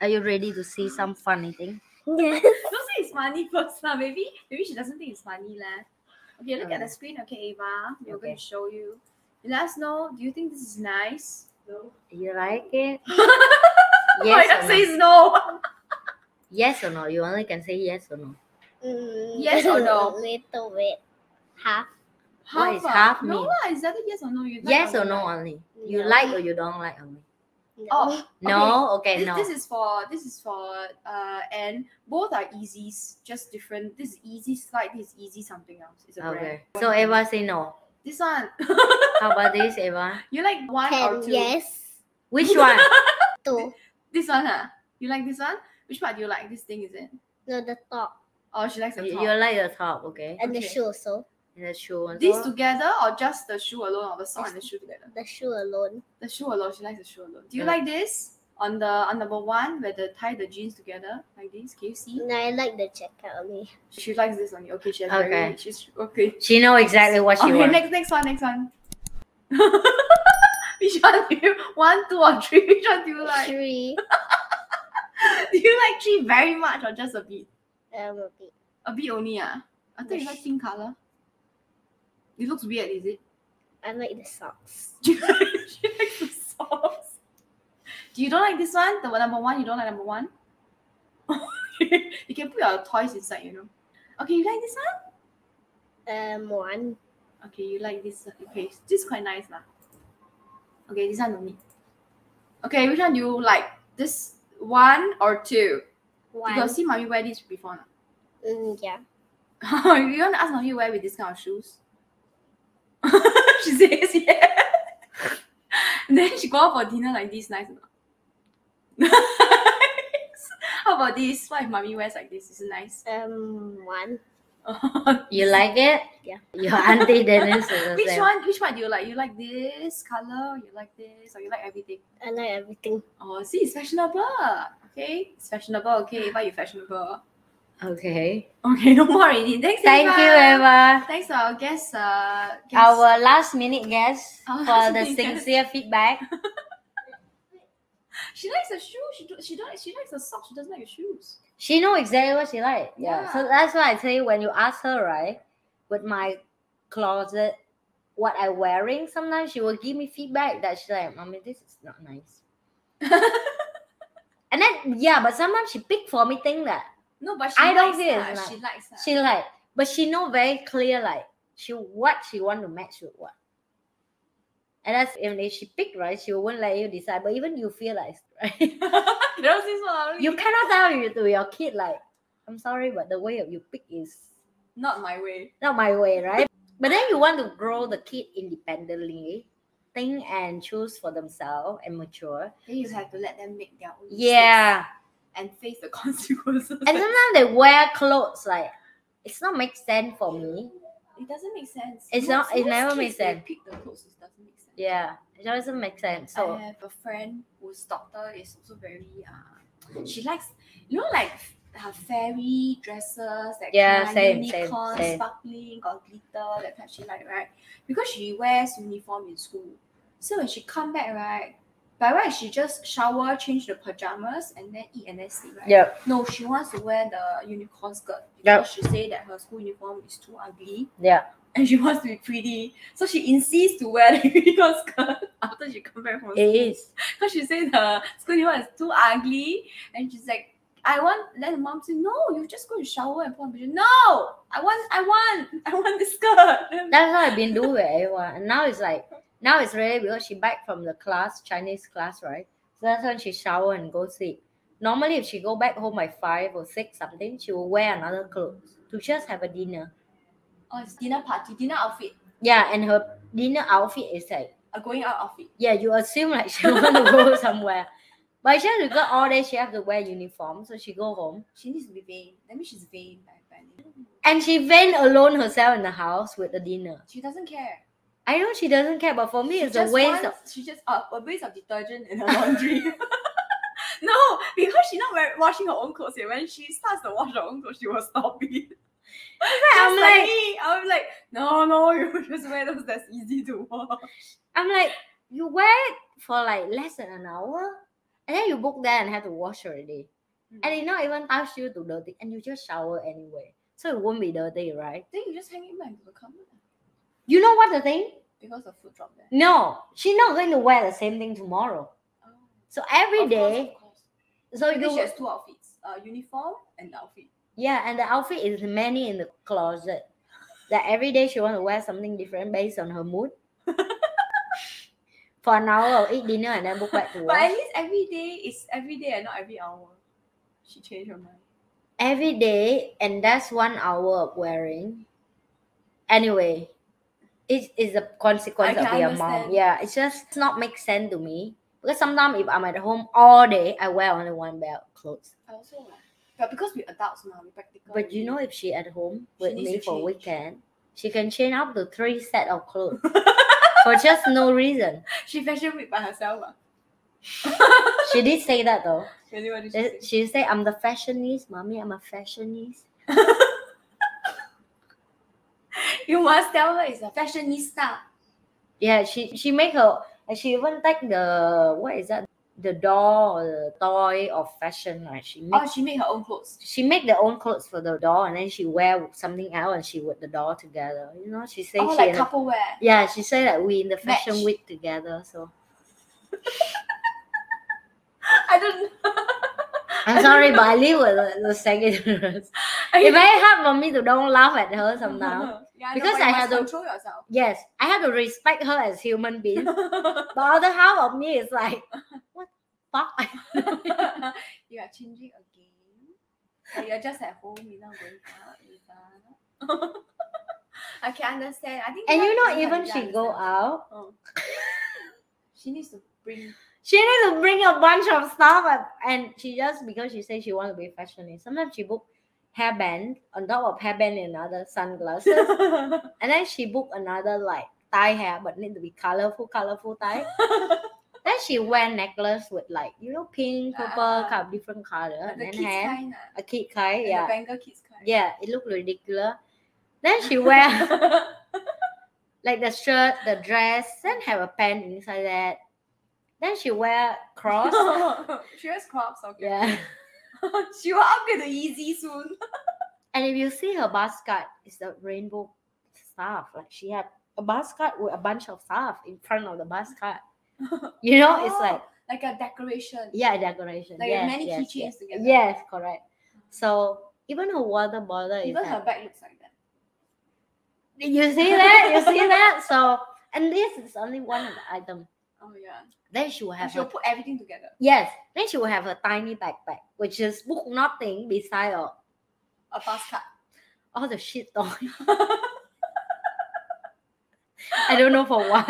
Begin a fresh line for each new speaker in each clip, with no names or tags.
Are you ready to see some funny thing?
Yes.
Don't say it's funny first lah. Maybe maybe she doesn't think it's funny lah. Okay, look
Um,
at the screen. Okay, Ava, we're going to show you. Let us know. Do you think this is nice? No.
You like it?
Oh Yes.
yes or no?
says no.
Yes or no? You only can say yes or no.
Mm,
Yes or no?
Little bit. Half.
What is
ah?
half
No
mean?
lah. Is that a yes or no? You like
Yes or
you
no
like?
only. You
No.
like or you don't like only.
Oh,
No, okay,
This,
no.
this is for this is for uh and both are easies, just different. This is easy slide. This is easy something else. It's a brand.
okay. So Eva say no.
This one
How about this, Eva?
you like one or
Ten.
two?
Yes.
Which one?
Two.
This one, huh? You like this one? Which part do you like? This thing is it?
No, the top
Oh, she likes the
you,
top.
you like the top, okay?
and the
Okay.
shoe also.
And the shoe. and
These
all.
together or just the shoe alone or the sock and the shoe together?
The shoe alone.
The shoe alone. She likes the shoe alone. Do you
Mm.
like this on the on number one where they tie the jeans together like this? Can you see?
No, I like the jacket only.
She likes this only. Okay, she has
Okay.
very, she's okay.
She know exactly what she
okay,
wants.
next next one, next one. Which one do you one, two, or three? Which one do you like?
Three.
Do you like three very much or just a bit?
Um, a bit.
A bit only, ah. I thought you like pink color. It looks weird, is it?
I like the socks.
she likes the sauce. Do you don't like this one? The one- number one, you don't like number one? you can put your toys inside, you know. Okay, you like this one?
Um, one.
Okay, you like this. Okay, this is quite nice lah. Okay, this one no need. Okay, which one do you like? This one or two? You
One.
got see mommy wear this before or
Mm, yeah.
not? you want to ask mommy wear with this kind of shoes? she says yeah. then she go out for dinner like this, nice or not? Nice. How about this? What if mommy wears like this? Is it nice?
Um, one.
You like it?
Yeah.
Your auntie Dennis is the
which
same.
one? Which one do you like? You like this color? You like this? Or you like everything?
I like everything.
Oh, see, it's fashionable. Okay, it's fashionable. Okay, Eva, you're fashionable.
Okay.
Okay, no more already. Thanks,
Thank
Eva.
you, Eva.
Thanks to our guest. Uh, guest.
Our last minute guest
Our
for
last
the
minute guest.
sincere feedback.
she likes a shoe. She do, she don't. She likes a sock. She doesn't like the shoes.
She know exactly what she like.
Yeah.
So that's why I tell you when you ask her, right, with my closet, what I wearing, sometimes she will give me feedback that she like, mommy, this is not nice. and then yeah, but sometimes she pick for me thing that
No, but she
I don't
likes
think
that.
it's
She likes that.
she like, but she know very clear like she what she want to match with what. And that's and if she pick right, she won't let you decide. But even you feel like right,
That was this one.
you cannot tell you to your kid like, I'm sorry, but the way of you pick is
Not my way.
not my way, right? But then you want to grow the kid independently, think and choose for themselves and mature.
Then you have to let them make their own. mistakes
Yeah.
And face the consequences.
And sometimes they wear clothes like it's not make sense for me.
it doesn't make sense.
It's not- it never
kids,
makes
they
sense.
Pick the clothes. It doesn't make sense.
Yeah. It doesn't make sense. So
I have a friend whose daughter is also very uh she likes you know like her fairy dresses that
Yeah,
kind
same, same,
unicorn
same.
sparkling got glitter that kind she like right because she wears uniform in school so when she come back right by right she just shower change the pajamas and then eat and then sleep right
yeah.
no she wants to wear the unicorn skirt
Yup.
because she say that her school uniform is too ugly
Yeah.
and she wants to be pretty. So she insists to wear the unicorn skirt after she come back from
It is.
Because she said the school uniform is too ugly. And she's like, I want then the mom say, No, you just go and shower and put on pajamas." No, I want I want I want the skirt.
That's what I've been doing with everyone. And now it's like now it's really because she back from the class, Chinese class, right? So that's when she shower and go sleep. Normally if she go back home by five or six something, she will wear another clothes to just have a dinner.
oh, it's dinner party, dinner outfit,
Yeah, and her dinner outfit is like
a going out outfit.
yeah, you assume like she want to go somewhere. But she has to go all day, she have to wear uniform, so she go home.
She needs to be vain. That means she's vain by Benny.
And she went alone herself in the house with the dinner.
She doesn't care.
I know she doesn't care, but for me
She
it's a
just
waste of
wants- she just uh, a waste of detergent and her laundry. no, because she's not wear- washing her own clothes. Yet. When she starts to wash her own clothes, she will stop it.
I'm
Just
like
me. I'm like, no, no, you just wear those that's easy to wash.
I'm like, you wear it for like less than an hour? And then you book there and have to wash already.
Mm.
And they not even ask you to dirty and you just shower anyway. So it won't be dirty, right?
Then you just hang it back into the cupboard lah,
You know what the thing?
because the food dropped there.
No, she's not going to wear the same thing tomorrow.
Oh.
So every
Of course,
day,
of course.
so
Maybe
you
she has two outfits, uh, uniform and outfit.
yeah, and the outfit is many in the closet. That every day she want to wear something different based on her mood. For an hour, I'll eat dinner and then book back to
But at
work.
least every day is every day and not every hour. She changed her mind.
Every day, and that's one hour of wearing. Anyway, it is a consequence
I
of
can
your mom.
understand.
Yeah, it's just it's not make sense to me because sometimes if I'm at home all day, I wear only one pair of clothes.
I also like. But because we adults now, we practical.
But you
already.
know, if she at home
She
with
needs
me
to
for a
change.
weekend, she can change up to three set of clothes for just no reason.
she fashion week by herself. ah.
She did say that though.
Really, what did she
She-
say?
She said, "I'm the fashionist, mommy. I'm a fashionist."
You must tell her it's a fashionista.
Yeah, she she make her. and She even take the what is that? The doll or the toy of fashion, right? She make
Oh, she made her own clothes.
she make their own clothes for the doll, and then she wear something else, and she with the doll together. You know, she say
Oh,
she
like
in a-
couple wear.
Yeah, she said that we in the fashion
Match.
week together. So
I don't.
I'm sorry, but I live with the, the second. It's very hard for me to don't laugh at her sometimes.
yeah,
Because
no, but you
I
must
had to-
control yourself.
Yes, I have to respect her as human being. The other half of me is like, what the fuck?
you are changing again. But you're just at home. You're not going out. You're not. I can understand. I think.
And
that
you know,
is
even
Khadijah
she go
understands.
out,
Oh. she needs to bring.
she needs to bring a bunch of stuff, and- and she just because she says she want to be fashionista. Sometimes she book hairband on top of hairband and other sunglasses, and then she book another like tie hair, but need to be colorful, colorful tie. then she wear necklace with like you know pink, purple,
Ah.
kind of different color, and
the
then
kids
hair.
kind ah.
a kid kind,
The
yeah.
banger kids kind.
Yeah, it looked ridiculous. Then she wear like the shirt, the dress, then have a pant inside that. Then she wear cross.
she wears crops. Okay.
yeah.
she will upgrade to easy soon.
And if you see her basket, it's the rainbow stuff. Like she had a basket with a bunch of stuff in front of the basket. You know, it's
Oh,
like
like a decoration.
yeah, decoration.
Like
yes,
many
yes,
keychains
yes.
together.
Yes, correct. So even her water bottle
Even
is like-
her bag looks like that.
you see that? You see that? So and this is only one of the item.
Oh yeah.
Then she will
And
have
she'll
her
put everything together.
yes. Then she will have her tiny backpack, which is book nothing beside all,
A fast card.
all the shit toy. I don't know for what.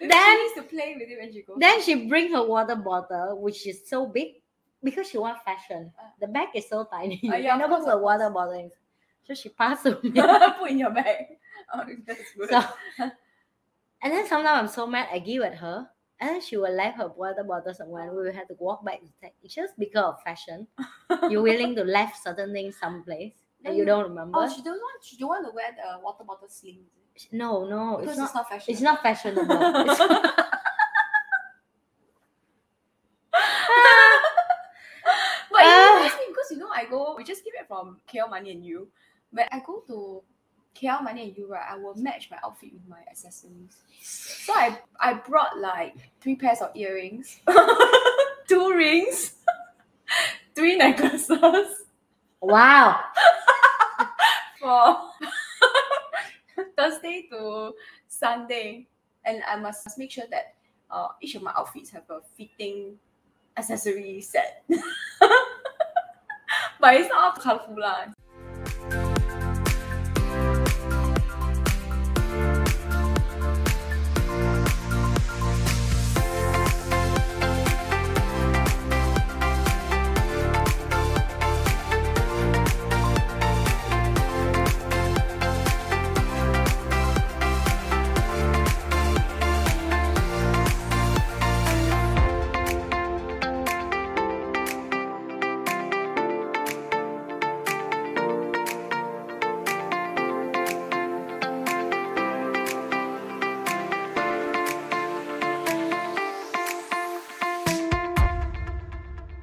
Maybe
Then-
she needs to play with it when she goes.
then she bring her water bottle, which is so big, because she want fashion.
Ah.
The bag is so tiny. You
Ah, yeah, of
cannot put
course,
the
of course.
water bottle. in. So she passed to me.
put in your bag. Oh, that's good.
So, and then sometimes I'm so mad, I give at her. And then she will leave her water bottle somewhere, and we will have to walk back to take. It's just because of fashion. You're willing to leave certain things someplace that you
Then-
don't remember.
oh, she don't want. She don't want to wear the water bottle sling.
no, no,
Because
it's not.
fashion.
It's not fashionable. It's-
But you
Ah.
know, that's me, because you know, I go. We just came back from KL Money and you. When I go to KL Money and you, right, I will match my outfit with my accessories. So I I brought like three pairs of earrings, two rings, three necklaces
wow.
for Thursday to Sunday, and I must make sure that uh, each of my outfits have a fitting accessory set. but it's not all colorful lah.